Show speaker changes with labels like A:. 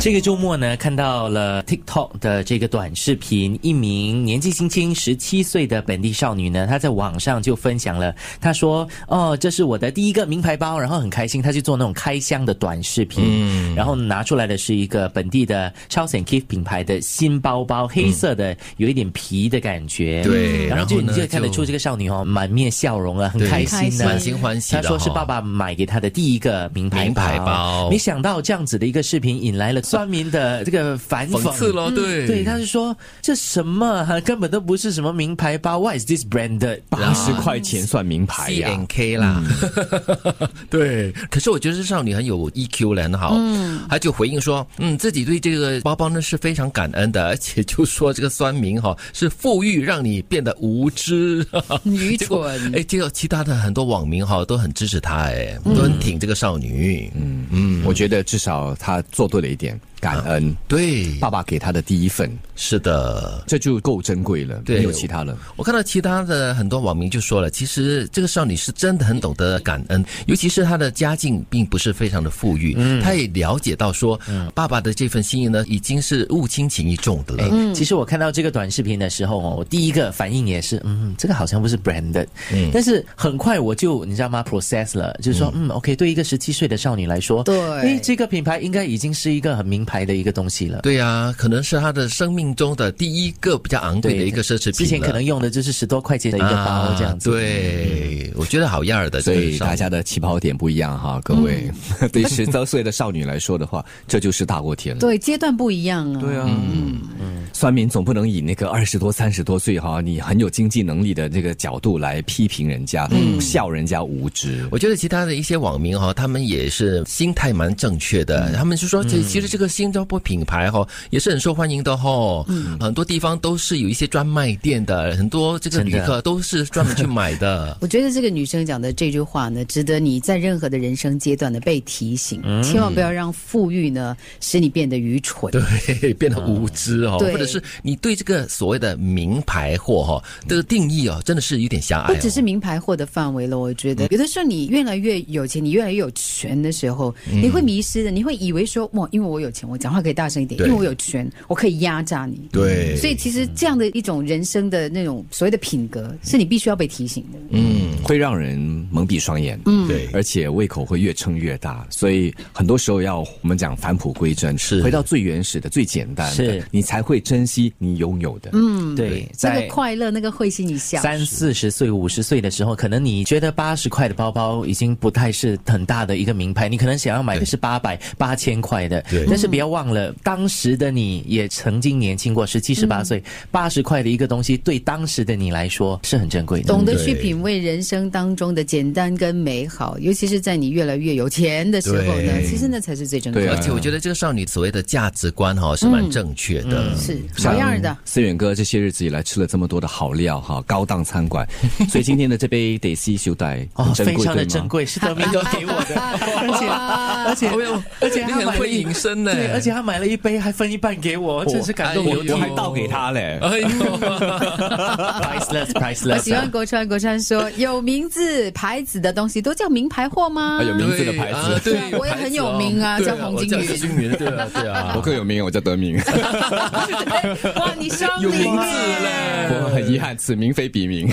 A: 这个周末呢，看到了 TikTok 的这个短视频，一名年纪轻轻十七岁的本地少女呢，她在网上就分享了，她说：“哦，这是我的第一个名牌包。”然后很开心，她去做那种开箱的短视频，嗯、然后拿出来的是一个本地的 Charles and Keith 品牌的新包包，黑色的，有一点皮的感觉。哎
B: 对
A: 然后就
B: 然后
A: 你
B: 呢
A: 就看得
B: 就
A: 出这个少女哦，满面笑容啊，很
B: 对
A: 开心呢、
B: 满心欢喜
A: 她
B: 的
A: 说是
B: 哈
A: 爸爸买给她的第一个名牌
B: 名牌包
A: 没想到这样子的一个视频引来了酸民的这个反讽。
B: 讽刺咯，对
A: 对，他是说这什么哈，根本都不是什么名牌包，Why is this branded？
C: 八十块钱算名牌
B: C
C: 呀、
B: N K 啦， 对。可是我觉得这少女很有 E Q 了，很好。嗯，她就回应说，嗯，自己对这个包包呢是非常感恩的，而且就说这个酸民哈、 是富裕让你变得无知、
D: 愚
B: 结果
D: 蠢。
B: 哎，结果其他的很多网民哈、都很支持她，哎，都很挺这个少女。嗯，
C: 我觉得至少他做对了一点，感恩、
B: 对，
C: 爸爸给他的第一份，
B: 是的。
C: 这就够珍贵了，
B: 对
C: 没有其他了。
B: 我看到其他的很多网民就说了，其实这个少女是真的很懂得感恩，尤其是她的家境并不是非常的富裕，
A: 嗯
B: 她也了解到说，爸爸的这份心意呢，已经是物轻情意重的了。
A: 其实我看到这个短视频的时候哦，我第一个反应也是，嗯，这个好像不是 branded，、但
B: 嗯
A: 是很快我就你知道吗？process 了，就是说，嗯 o k 对一个十七岁的少女来说，
D: 对
A: 诶，这个品牌应该已经是一个很名牌的一个东西了。
B: 对呀、可能是她的生命中的第一个比较昂贵的一个奢侈品了。
A: 之前可能用的就是十多块钱的一个包这样子。嗯
B: 啊、对，我觉得嗯好样儿的，
C: 所
B: 这个
C: 以
B: 少女
C: 大家的起跑点不一样哈，各位。 对十多岁的少女来说的话， 这就是大过天了。
D: 对，阶段不一样啊。
C: 对啊，嗯嗯，酸民总不能以那个二十多、三十多岁哈，你很有经济能力的这个角度来批评人家，
B: 嗯
C: 笑人家无知。
B: 我觉得其他的一些网民哈、他们也是心态蛮正确的，他们是说，这其实这个新加坡品牌哈、也是很受欢迎的哈、很多地方都是有一些专卖店的，很多这个
A: 真的
B: 旅客都是专门去买
D: 。
B: 的
D: 我觉得这个女生讲的这句话呢，值得你在任何的人生阶段的被提醒，千万不要让富裕呢使你变得愚蠢。
B: 对，变得无知哦，
D: 对
B: 或者是你对这个所谓的名牌货哈、这个定义哦，真的是有点狭隘、
D: 不
B: 哦。
D: 只是名牌货的范围了，我觉得有的时候你越来越有钱，你越来越有权的时候，你会迷失的，你会以为说哇，因为我有钱，我讲话可以大声一点，
B: 对
D: 因为我有权，我可以压榨你。
B: 对，
D: 所以其实这样的一种人生的那种所谓的品格，是你必须要被提醒的。
B: 嗯，
C: 会让人蒙蔽双眼，嗯，
B: 对
C: 而且胃口会越撑越大，所以很多时候要我们讲返璞归真，
B: 是
C: 回到最原始的、最简单的
A: 是，
C: 你才会珍惜你拥有的。
A: 嗯，对，
D: 那
A: 在
D: 个快乐，那个会心一笑。
A: 三四十岁、五十岁的时候，可能你觉得八十块的包包已经不太是很大的一个名牌，你可能想要买的是八百、八千块的。
B: 对
A: 但是不要忘了，当时的你也曾经年轻过，十七、十
D: 嗯
A: 八岁，八十块的一个东西，对当时的你来说是很珍贵的。
D: 懂得
B: 对
D: 去品味人生当中的简单跟美好，尤其是在你越来越有钱的时候呢，
B: 对
D: 其实那才是最珍贵
C: 对
B: 而
C: 啊
D: 的。
B: 且我觉得这个少女所谓的价值观哈、是蛮正确的。
D: 是
C: 嗯
D: 小样儿的，
C: 思远哥这些日子以来吃了这么多的好料哈，高档餐馆，所以今天的这杯得西修带
A: 哦
C: 很，珍
A: 非
C: 贵，
A: 常的
C: 对吗
A: 珍贵，是德 明哥给我的， 而且而且而且
B: 你
A: 他
B: 很
A: 啊买了
B: 会
A: 一
B: 隐身呢，
A: 对，而且他买了一杯还分一半给我，真是感动
B: 哎
A: 我
B: 呦
A: 流涕
C: 我。还倒给他嘞。
B: 哎呦，
A: priceless
D: 我
A: priceless，
D: 喜欢国川，国川说有名字牌子的东西都叫名牌货吗
C: 啊？有名字的
B: 对
C: 牌
B: 啊
C: 子，
B: 对
D: 对啊我也很有名啊
B: 对
D: 叫洪
B: 我
D: 金
B: 叫
D: 宇
B: 洪金云，对啊，对啊，
C: 我更有名，我叫德明。
D: 哇，你双
C: 有名
D: 领
C: 字
D: 耶
C: 我很遗憾，此名非彼名。